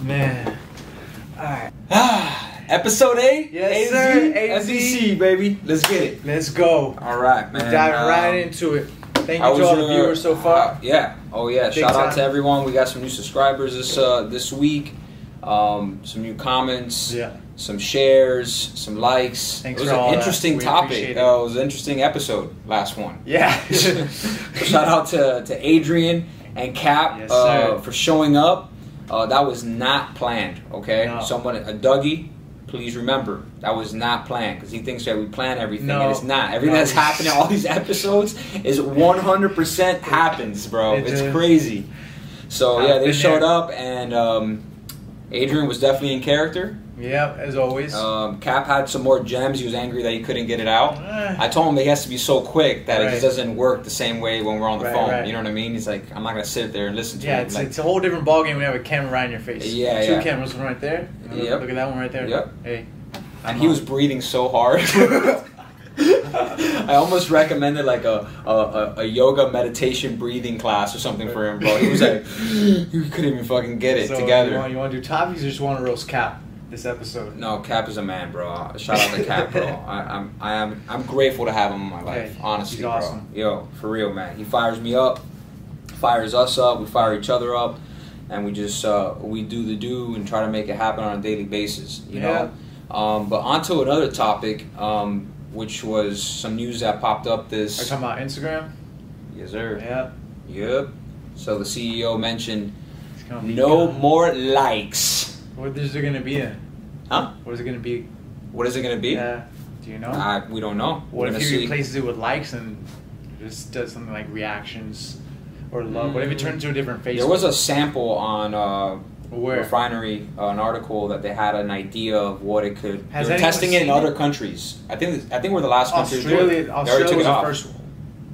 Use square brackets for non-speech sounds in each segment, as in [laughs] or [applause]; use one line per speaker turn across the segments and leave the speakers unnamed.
Man. Alright.
[sighs] Episode 8?
Yes,
AZ?
sir. AZ.
SEC, E baby. Let's get it.
Let's go.
All right, man.
Diving
Um,
right into it. Thank
how
you to
was
all
your-
the viewers so
uh,
far.
yeah. Oh, yeah.
Big
Shout out
time.
to everyone. We got some new subscribers this uh, this week. Um, some new comments.
Yeah.
Some shares. Some likes.
Thanks
it was
for
an
all that.
interesting
We
topic.
appreciate it.
Uh, it was an interesting episode. Last one.
Yeah. [laughs]
Shout out to, to Adrian and Cap
Yes,
uh,
sir.
for showing up. Uh, that was not planned, okay?
No.
Someone, a Dougie, please remember, that was not planned because he thinks that we plan everything,
No.
and it's not. Everything
No.
that's happening, all these episodes,
[laughs]
is 100% happens, bro.
It
it's
does.
crazy. So,
I've
yeah, they
been
showed
there.
up, and um, Adrian was definitely in character.
Yep, as always.
Um, Cap had some more gems. He was angry that he couldn't get it out.
Eh.
I told him that he has to be so quick that it just
Right.
doesn't work the same way when we're on the
Right,
phone.
right.
You know what I mean? He's like, I'm not gonna sit there and listen to
yeah,
it.
it's,
Like,
it's a whole different ballgame when you have a camera right in your face.
Yeah,
Two
yeah.
cameras, one right there. Look,
Yep.
look at that one right there.
Yep.
Hey.
and he was breathing
[laughs]
so hard. [laughs] I almost recommended like a, a, a, a yoga meditation breathing class or something for him, bro. He
[laughs]
was like, he couldn't even fucking get it
So, You want,
together.
you want to do topics or just want to roast cap this episode?
No, Cap is a man, bro. Shout out to
[laughs]
Cap, bro. I, I'm I am I'm grateful to have him in my life.
Hey,
honestly,
he's
bro.
awesome.
Yo, for real, man. He fires me up, fires us up. We fire each other up, and we just uh, we do the do and try to make it happen on a daily basis. You know. Um, but onto another topic, um, which was some news that popped up
Are you
this.
talking about Instagram?
Yes, sir.
Yeah.
Yep. So the CEO mentioned
It's gonna be
no
good.
more likes.
What is it going to be in?
Huh?
What is it going to be?
What is it gonna be?
Yeah. Do you know?
I, we don't know.
What
We're
if
gonna
he
see.
replaces it with likes and just does something like reactions or love? What if it
Mm.
turns to a different face?
There was a sample on uh,
where
Refinery, uh, an article that they had an idea of what it could.
Has
they're
anyone
testing it in
seen
other
it?
countries. I think I think we're the last country to do it.
Australia.
they already
Australia
took
was
it
the
off.
first. One.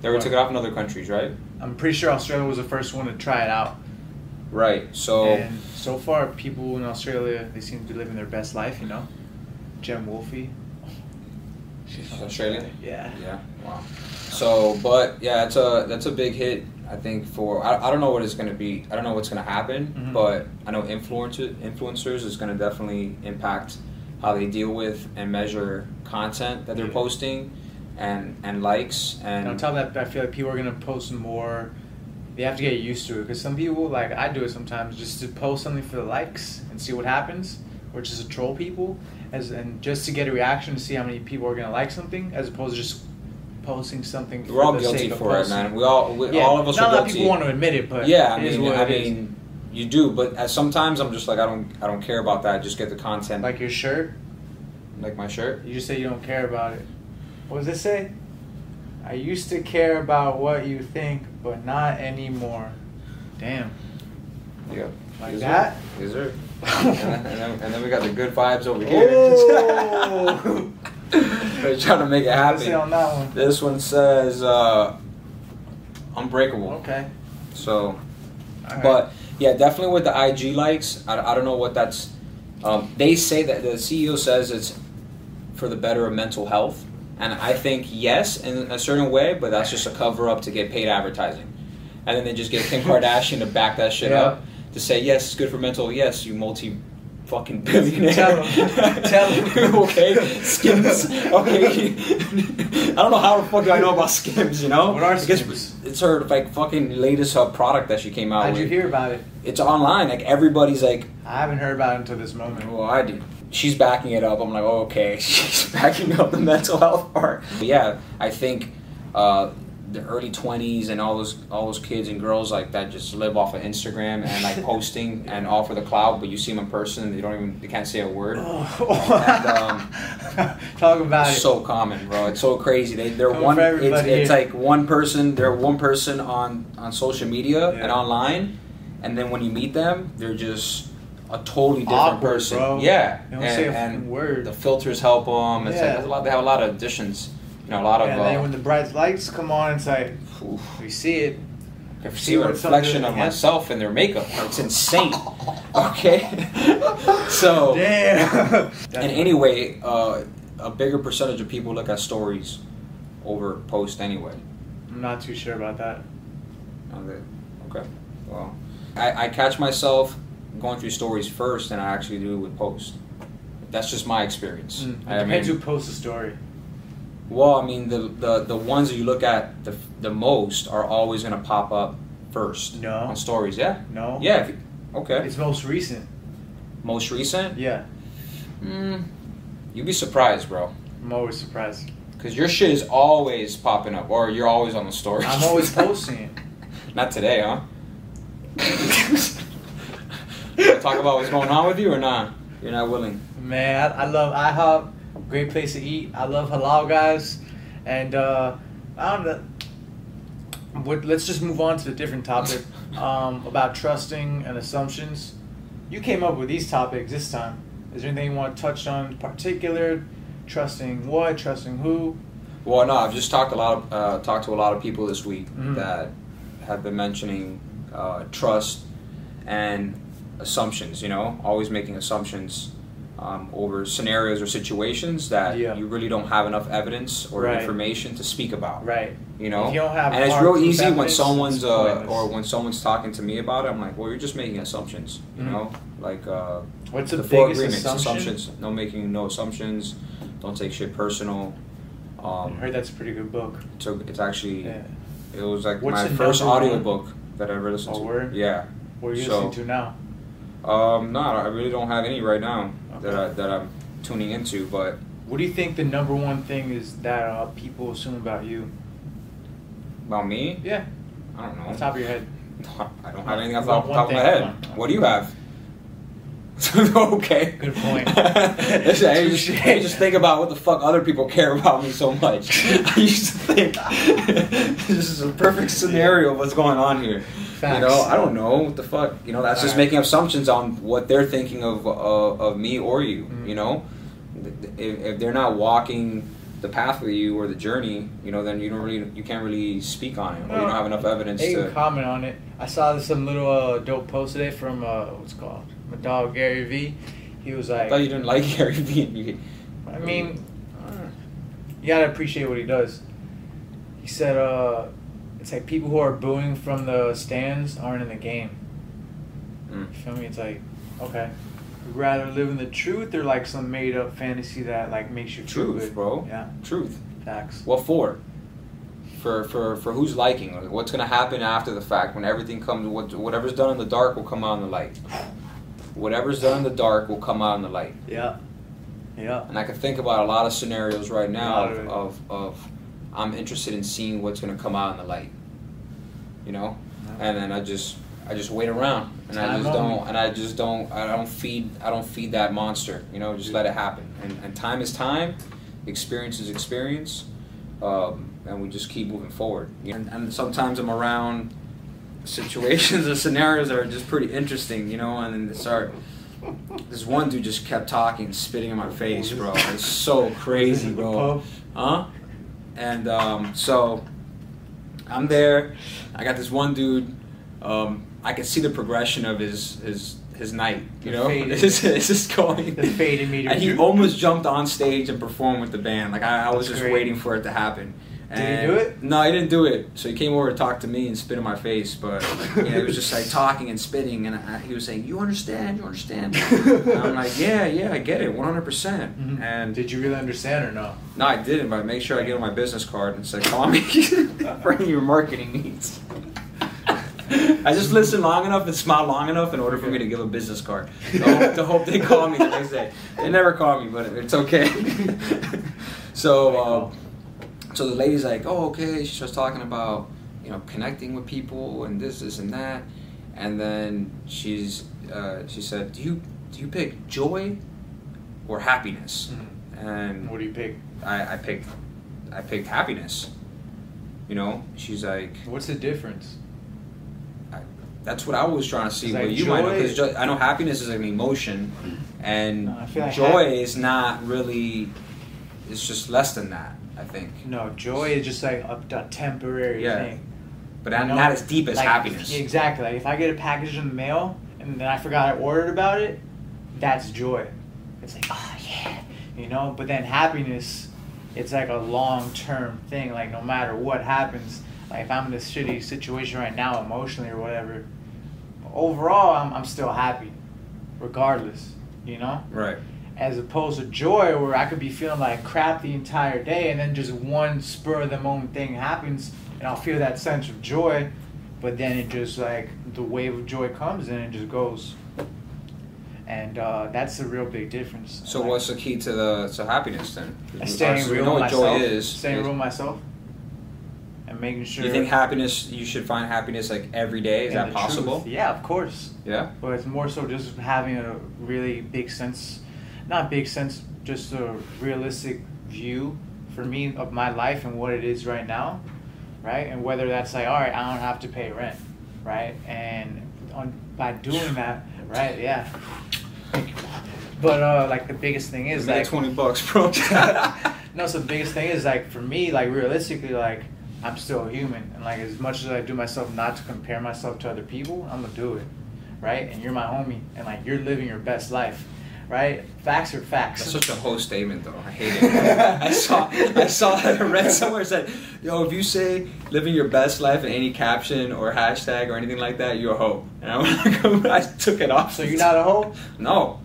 they already took it off in other countries, right?
I'm pretty sure Australia was the first one to try it out,
Right. So
and so far, people in Australia they seem to be living their best life. You know, Jem Wolfie. She's
She's Australian?
Yeah.
yeah, wow. So, but yeah, that's a that's a big hit. I think for I, I don't know what it's gonna be. I don't know what's gonna happen,
Mhm.
but I know influencer influencers is gonna definitely impact how they deal with and measure content that they're
Yeah.
posting, and and likes and
And on top of that, I feel like people are gonna post more. They have to get used to it because some people, like I do it sometimes, just to post something for the likes and see what happens, or just to troll people, as and just to get a reaction to see how many people are gonna like something, as opposed to just posting something.
We're all
the
guilty
sake of
for it,
posting.
man. We all, we,
Yeah,
all of us
not a
are
lot of
guilty.
people want to admit it, but
yeah, I
it is
mean,
what
I
it is.
mean, you do, but as sometimes I'm just like, I don't, I don't care about that. Just get the content, like,
like your shirt,
my shirt.
you just say you don't care about it. What does it say? I used to care about what you think, but not anymore. Damn,
Yeah,
like that. [laughs]
Is there? and, then, and then- and then we got the good vibes over here. [laughs]
Oh.
They're trying to make it
Let's see
happen.
on that one.
This one says uh, unbreakable.
Okay.
So
Alright.
But yeah, definitely with the IG likes, I, I don't know what that's. Um, they say that the CEO says it's for the better of mental health, and I think yes in a certain way, but that's just a cover up to get paid advertising, and then they just get
[laughs]
Kim Kardashian to back that shit
Yeah.
up to say yes, it's good for mental. Yes, you multi. Fucking [laughs] billionaire.
Tell 'em. Tell 'em.
[laughs] okay, Skims. Okay, [laughs] I don't know how the fuck do I know about Skims. You know,
What are
I guess
Skims?
It's her like fucking latest uh, product that she came out
how'd
with
you hear about it?
it's online. Like everybody's like,
I haven't heard about it until this moment. [laughs]
well, I did. She's backing it up. I'm like, oh, okay, [laughs] she's backing up the mental health part. But yeah, I think uh, the early 20s and all those all those kids and girls like that just live off of Instagram and
[laughs]
like posting and all for the cloud. But you see them in person, they don't even they can't say a word.
Oh,
And,
Talk about it.
It's so common, bro. It's so crazy. They they're
Come for
one. It's,
everybody.
it's like one person. They're one person on on social media
Yeah.
and online, and then when you meet them, they're just a totally different
Awkward,
person.
bro.
Yeah,
They don't
and,
say a
and
word.
The filters help them. It's like
Yeah.
there's a lot. They have a lot of additions. You know, a lot of.
and then when
Uh,
the bright lights come on, it's like
oof,
we see it.
I can
see
see a
what some
reflection
dude-
of
yeah.
myself in their makeup.
[laughs]
It's insane. Okay, [laughs] [laughs] so
Damn.
[laughs] and anyway, uh, a bigger percentage of people look at stories over post anyway.
I'm not too sure about that.
On the- Okay. well. I, I catch myself going through stories first than I actually do with post. That's just my experience.
Mm. It
I
depends
mean-
who posts the story.
well, I mean, the, the, the ones that you look at the, the most are always going to pop up first
No.
on stories. Yeah.
No.
Yeah. if you- Okay.
It's most recent.
Most recent?
Yeah.
Mm, you'd be surprised, bro.
I'm always surprised.
Because your shit is always popping up, or you're always on the story.
I'm
[laughs]
always posting it.
Not today, huh? [laughs] Wanna Talk about what's going on with you or not? You're not willing.
Man, I, I love IHOP. Great place to eat. I love halal guys, and uh, I don't know. What, let's just move on to a different
[laughs]
topic um, about trusting and assumptions. You came up with these topics this time. Is there anything you want to touch on in particular? Trusting what? Trusting who?
Well, no, I've just talked a lot of, uh, talked to a lot of people this week
Mhm.
that have been mentioning uh, trust and assumptions. You know, always making assumptions um, over scenarios or situations that
Yeah.
you really don't have enough evidence or
Right.
information to speak about.
Right.
You know,
If you don't have
and it's
hard
real
proof
easy when
evidence,
someone's
it's
uh,
pointless.
or when someone's talking to me about it. I'm like, well, you're just making assumptions. You
Mhm.
know, like. Uh,
What's the,
the, four
biggest
agreements,
assumption?
assumptions. No making no assumptions. Don't take shit personal.
I
Um,
heard that's a pretty good book.
so it's actually
Yeah.
it was like
What's
my
the
first
number one?
audiobook that I ever listened
Oh,
to.
word?
Yeah.
What are you
So-
listening to now?
Um, no, I really don't have any right now that I,
Okay.
that I'm tuning into, but
What do you think the number one thing is that uh, people assume about you?
about me,
Yeah,
I don't know.
off the top of your head.
No, [laughs] I don't have anything off the
One-
top
one
of my
thing,
head.
one-
What do you have? [laughs] okay.
Good point.
[laughs] Listen, I just,
Touche.
I just think about what the fuck other people care about me
[laughs]
so much. [laughs] I used to think [laughs] this is a perfect scenario of what's going on here. You know,
Facts.
I don't know what the fuck. You know, that's just
Alright.
making assumptions on what they're thinking of uh, of me or you.
Mhm.
You know, if, if they're not walking the path with you or the journey, you know, then you don't really you can't really speak on it. Or you don't have enough evidence
They
to.
can comment on it. I saw this some little uh, dope post today from uh, what's it called my dog Gary V. He was
I
like,
thought you didn't like [laughs] Gary Vee.
I mean, you gotta appreciate what he does. He said, uh, it's like people who are booing from the stands aren't in the game.
Mm.
You feel me? It's like, okay, You'd rather live in the truth or like some made up fantasy that like makes you feel
Truth,
good.
bro.
Yeah,
Truth.
facts.
What for? For for for who's liking? Like, What's gonna happen after the fact when everything comes? What whatever's done in the dark will come out in the light. Whatever's done in the dark will come out in the light.
Yeah, yeah.
And I can think about a lot of scenarios right now
Lot of
of,
it.
of of I'm interested in seeing what's gonna come out in the light. You know, and then I just. I just wait around, and I
Time
just
only.
don't, and I just don't, I don't feed, I don't feed that monster. You know, just let it happen. And, and time is time, experience is experience, um, and we just keep moving forward. You know, And, and sometimes I'm around situations or scenarios that are just pretty interesting. You know, and then they start. This one dude just kept talking, spitting in my face, bro. It's
[laughs]
so
Is
crazy,
it the
bro
Pope?
huh? And um, so I'm there. I got this one dude. Um, I can see the progression of his his his night. You
The
know,
faded-
[laughs] it's, just- it's just going.
the faded meter.
And he almost jumped on stage and performed with the band. Like I, I was
That's
just
great.
waiting for it to happen.
Did he
And-
do it?
No, he didn't do it. So he came over to talk to me and spit in my face. But you know, he was just like
[laughs]
talking and spitting, and I, he was saying, "You understand?
[laughs]
You understand?" And I'm like, "Yeah, yeah, I get it, 100." percent
Mhm.
And
Did you really understand or no?
no, I didn't, but I made sure I gave him my business card and said, call me [laughs] for any of your marketing needs. I just listened long enough and smiled long enough in order for me to give a business card. To hope, to hope they call me the next day. They never call me, but it's okay. [laughs] so, um, so the lady's like, oh, okay. She starts talking about, you know, connecting with people and this, this, and that. And then she's, uh, she said, do you, do you pick joy or happiness? And
What do you pick?
I, I picked I picked happiness. You know, she's like,
What's the difference?
that's what I was trying to see.
It's
But
like
you might know
joy-
because I know happiness is an emotion, and
No, I feel like
joy
hap-
is not really. It's just less than that, I think.
No, joy is just like a, a temporary
Yeah.
thing.
But I'm
You know?
not as deep as
Like,
happiness.
Exactly. Like if I get a package in the mail and then I forgot I ordered about it, that's joy. It's like, oh yeah, you know. But then happiness, it's like a long term thing. Like no matter what happens, like if I'm in this shitty situation right now emotionally or whatever, overall, I'm, I'm still happy, regardless, you know?
Right.
As opposed to joy, where I could be feeling like crap the entire day, and then just one spur of the moment thing happens, and I'll feel that sense of joy, but then it just like the wave of joy comes and it just goes. And uh, that's the real big difference.
So
Like,
what's the key to the to happiness then? 'Cause we-
staying
obviously
real
we know
with
what joy
myself,
is.
staying
is-
real with myself, and making sure.
You think happiness? You should find happiness like every day. Is
and
that
the truth.
possible?
Yeah, of course.
Yeah.
but it's more so just having a really big sense not big sense just a realistic view for me of my life and what it is right now right and whether that's like all right i don't have to pay rent right and on by doing that right yeah but uh like the biggest thing is
Give me
like
that twenty bucks, bro.
[laughs] no, so the biggest thing is like for me, like realistically, like I'm still a human, and like as much as I do myself not to compare myself to other people, I'm gonna do it, right? And you're my homie, and like you're living your best life, right? Facts are facts.
That's such a whole statement, though. I
[laughs]
hate it. I saw, I saw, [laughs] I read somewhere it said, "Yo, if you say living your best life in any caption or hashtag or anything like that, you're a hoe." And I, [laughs] went, I took it off.
So you're not a hoe.
No,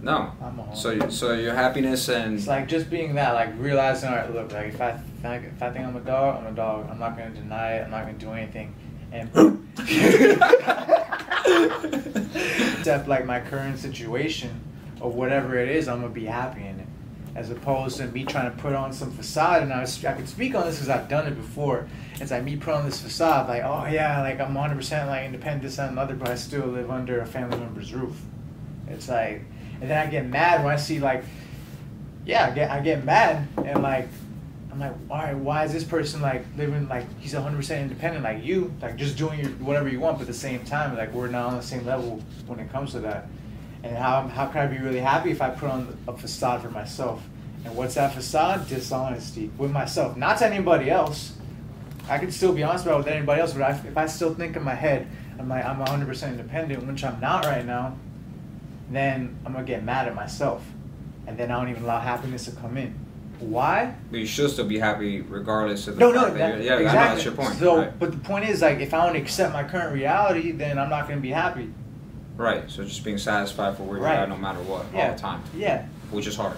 no.
I'm a hoe.
So, you- so your happiness and
It's like just being that, like realizing, all right, look, like if I think, if I think I'm a dog, I'm a dog. I'm not gonna deny it. I'm not gonna do anything. And [laughs] except like my current situation or whatever it is, I'm gonna be happy in it, as opposed to me trying to put on some facade. And I, was, I could speak on this because I've done it before. It's like me putting on this facade, like, oh yeah, like I'm 100 percent like independent, this that, and the other, but I still live under a family member's roof. It's like, and then I get mad when I see like yeah, I get I get mad and like I'm like, all right, why is this person like living like he's 100 percent independent like you, like just doing your whatever you want, but at the same time like we're not on the same level when it comes to that. And how how can I be really happy if I put on a facade for myself? And what's that facade? Dishonesty with myself, not to anybody else. I could still be honest about it with anybody else, but I, if I still think in my head, I'm like I'm 100 percent independent, which I'm not right now then I'm gonna get mad at myself, and then I don't even allow happiness to come in. Why?
but you should still be happy regardless of the
No,
fact
no,
that
that,
you're- yeah, I know,
exactly.
that's your point.
So,
right.
but the point is, like, if I don't accept my current reality, then I'm not gonna be happy.
Right, So just being satisfied for where
Right.
you're at, no matter what, all
Yeah.
the time,
Yeah,
which is hard.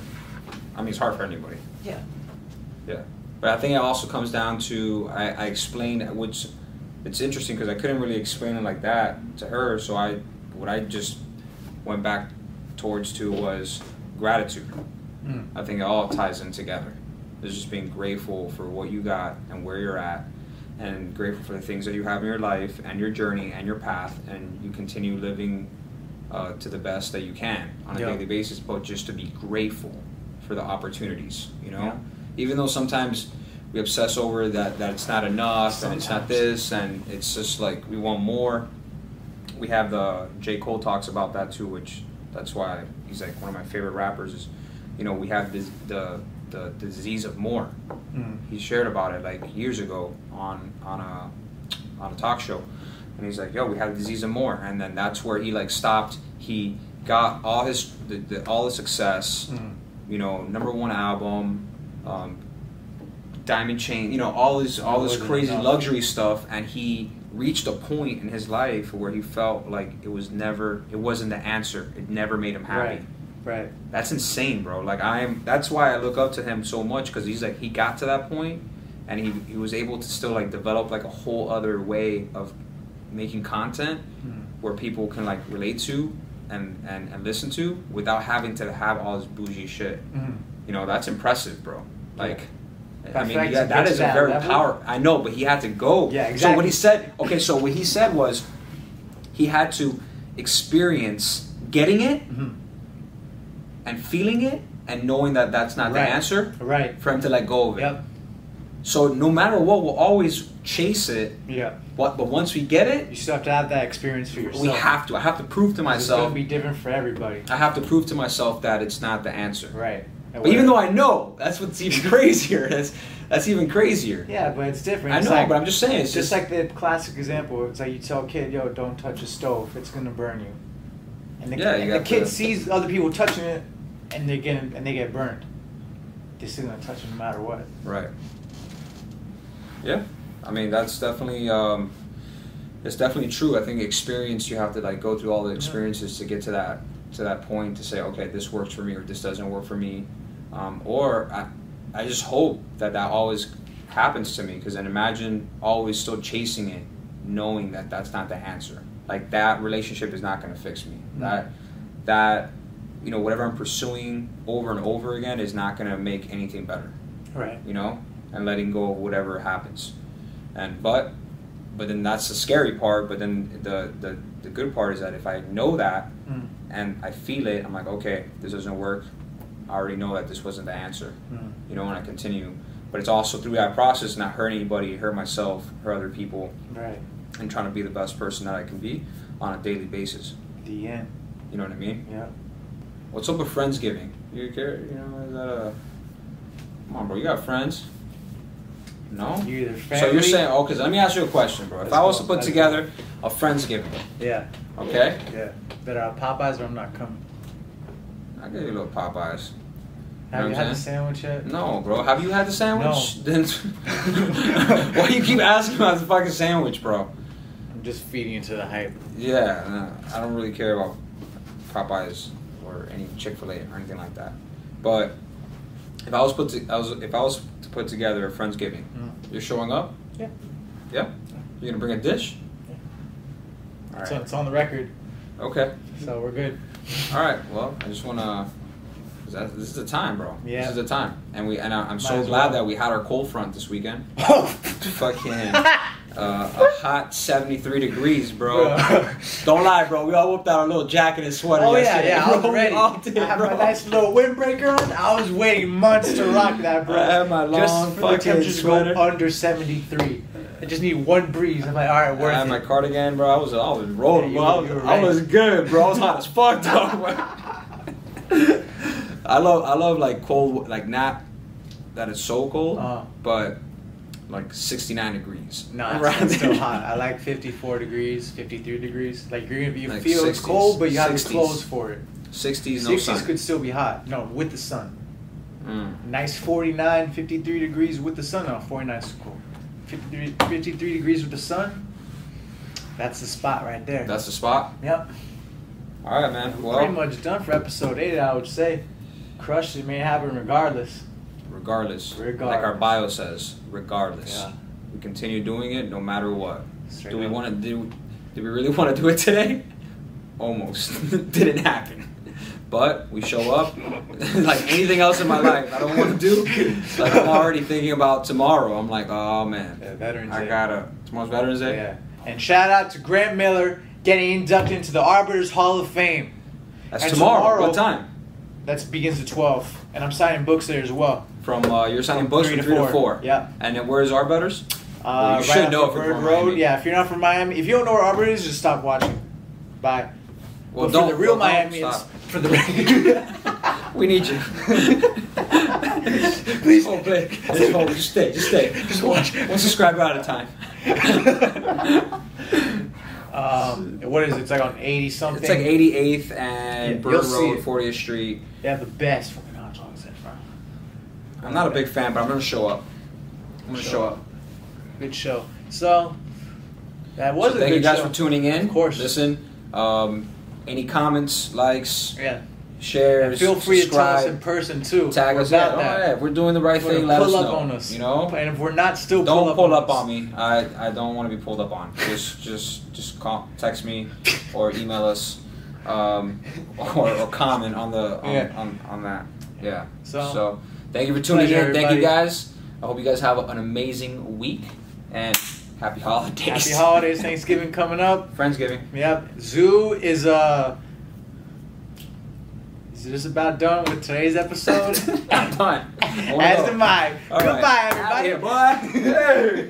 I mean, it's hard for anybody.
yeah.
Yeah, but I think it also comes down to I, I explained which it's interesting because I couldn't really explain it like that to her. So I what I just went back towards to was gratitude.
Mm.
I think it all ties in together. It's just being grateful for what you got and where you're at, and grateful for the things that you have in your life and your journey and your path, and you continue living uh, to the best that you can on a
Yeah.
daily basis. But just to be grateful for the opportunities, you know,
Yeah.
even though sometimes we obsess over that that it's not enough and it's not
Sometimes.
this and it's just like we want more. We have the J Cole talks about that too, which that's why he's like one of my favorite rappers. Is you know we have this the the, the disease of more.
Mm.
He shared about it like years ago on on a on a talk show, and he's like, "Yo, we have the disease of more," and then that's where he like stopped. He got all his the, the, all the success,
Mm.
you know, number one album, um, diamond chain, you know, all this all this
Wasn't
crazy
enough.
luxury stuff, and he reached a point in his life where he felt like it was never it wasn't the answer. It never made him happy.
Right. Right.
That's insane, bro. Like I'm. That's why I look up to him so much because he's like he got to that point, and he he was able to still like develop like a whole other way of making content
Mm.
where people can like relate to and and, and listen to without having to have all this bougie shit.
Mm.
You know, that's impressive, bro. Like. I
But
mean,
fact,
yeah,
to
that
get
is a
to that
very
level-
power. I know, but he had to go.
Yeah,
So
exactly.
what he said, okay, so what he said was, he had to experience getting it,
Mhm.
and feeling it and knowing that that's not
Right.
the answer
Right.
for him to let go of it.
Yep.
So no matter what, we'll always chase it.
Yeah.
But but once we get
You
it,
still have to have that experience for yourself.
we have to. I have to prove to
'Cause It's gonna
myself.
be different for everybody.
I have to prove to myself that it's not the answer.
Right.
But even though I know, that's what's even [laughs] crazier. That's that's even crazier.
Yeah, but it's different.
I
It's
know,
like-
but I'm just saying. It's
just
just,
like the classic example, it's like you tell a kid, "Yo, don't touch a stove; it's gonna burn you." And the,
Yeah, you
and the
got
kid
the-
sees other people touching it, and they get and they get burned. They're still gonna touch it no matter what.
Right. Yeah, I mean that's definitely um, it's definitely true. I think experience you have to like go through all the experiences to get to that to that point to say okay this works for me or this doesn't work for me, um, or I, I just hope that that always happens to me because then imagine always still chasing it, knowing that that's not the answer. Like that relationship is not going to fix me.
Mhm.
That that you know whatever I'm pursuing over and over again is not going to make anything better
Right.
you know, and letting go of whatever happens. And but but then that's the scary part, but then the the, the good part is that if I know that
Mm.
and I feel it, I'm like, okay, this doesn't work. I already know that this wasn't the answer.
Mm.
You know, and I continue. But it's also through that process not hurt anybody, hurt myself, hurt other people,
Right.
and trying to be the best person that I can be on a daily basis.
The end.
You know what I mean?
Yeah.
What's up with Friendsgiving? You care you know, is that a come on bro, you got friends? No?
You either
So you're
family-
saying, oh, because let me ask you a question, bro. If
Let's
I was
go.
to put
Let's go.
together a Friendsgiving,
Yeah.
okay?
Yeah. Better out Popeyes or I'm not coming.
I give you a little Popeyes.
Have
Know what
you
I'm
had the
saying?
sandwich yet?
No, bro. Have you had the sandwich? Then [laughs] why do you keep asking about the fucking sandwich, bro?
I'm just feeding into the hype.
Yeah, nah, I don't really care about Popeyes or any Chick Fil A or anything like that. But if I was put, to, I was if I was to put together a friendsgiving,
Mm.
you're showing up.
Yeah.
Yeah. You're gonna bring a dish.
Yeah.
All
So
right.
it's on the record.
Okay.
So we're good.
All right. Well, I just wanna. 'cause that- This is the time, bro.
Yeah.
This is the time, and we and I, I'm
Might
so
as
glad
well.
that we had our cold front this weekend. Fucking uh,
Oh.
a hot 73 degrees, bro.
Bro.
Don't lie, bro. We all whipped out our little jacket and sweater.
Oh yeah,
yesterday,
yeah, I was
bro. We
ready.
all did,
I had my
bro.
nice little windbreaker on. I was waiting months to rock that, bro.
I had my long
just for the
fucking
temperature to go
sweater.
under seventy three. I just need one breeze. I'm like, all right,
I
worth
had
it.
my cardigan, bro. I was, I was rolling,
Yeah,
bro. I
you-
was,
you were
I
ready.
was good, bro. I was hot as fuck,
[laughs]
though. I love, I love like cold, like not that it's so cold,
Uh-huh.
but like 69 degrees.
No,
[laughs]
it's,
Around
it's still
there.
hot. I like 54 degrees, 53 degrees. Like you're gonna be, you
Like
feel it's
60s,
cold, but you have the
60s.
clothes for it.
60s, no
60s
sun.
could still be hot. No, with the sun.
Mm.
Nice 49, 53 degrees with the sun. No, 49 is cool. 53, 53 degrees with the sun. That's the spot right there.
That's the spot.
yep.
All right, man.
We're
Well,
pretty much done for episode eight. I would say, crushed it may happen regardless.
regardless, like
Regardless.
our bio says, regardless,
Yeah.
we continue doing it no matter what.
Straight
do we
up.
want to do? Do we really [laughs] want to do it today? Almost [laughs] didn't happen, but we show up. [laughs] like anything else in my life, I don't want to do. Like I'm already thinking about tomorrow. I'm like, oh man,
Yeah, Veterans
I
Day.
gotta. Tomorrow's Veterans Day.
Yeah. And shout out to Grant Miller getting inducted into the Arbiters Hall of Fame.
That's
And
tomorrow.
tomorrow-
What time?
That begins at 12. And I'm signing books there as well.
From uh, you're signing
From
books
three
from
to
three to
four.
four.
Yeah.
And then where's our betters?
Uh,
Well, you should
off
know
of
if you're
Bird
from
Road.
Miami.
Yeah, if you're not from Miami, if you don't know where Arbor is, just stop watching. Bye.
Well,
But
don't
for the real
well, don't
Miamians,
stop.
for [laughs] the
We need [laughs] you.
Please.
hold, play. Just hold. Just stay. Just stay.
Just watch.
One subscriber at a time.
[laughs] um, what is it? It's like on 80 something.
It's like 88th and
Yeah, you'll
Bird
see
Road,
it.
40th Street.
They have the best fucking hot dogs there, bro.
I'm not a big fan, but I'm gonna show up. I'm gonna
Show
show
up.
up.
Good show. So that was
So
a
thank
good
you guys
show.
for tuning in.
Of course.
Listen. Um, any comments, likes,
Yeah.
shares,
And feel free to tell us in
subscribe,
person too.
tag
We're
us. Yeah,
about
oh,
that.
yeah, if we're doing the right
Wanna
thing. Let
pull
us
up
know.
on us.
You know.
and if we're not still
Don't
pull,
pull up
us.
on me. I, I don't want to be pulled up on. Just just just call, text me or email us um, or, or comment on the on,
Yeah.
on, on that. Yeah.
So-
thank you for tuning
Pleasure,
in. Thank you
everybody.
guys. I hope you guys have an amazing week and happy holidays.
Happy
[laughs]
holidays, Thanksgiving coming up.
Friendsgiving.
Yep. Zoo is uh is just about done with today's episode.
[laughs] I'm done. I wanna
As
go.
am I.
All right.
Goodbye,
Outta
everybody. [laughs]
[laughs] here, boy. Hey.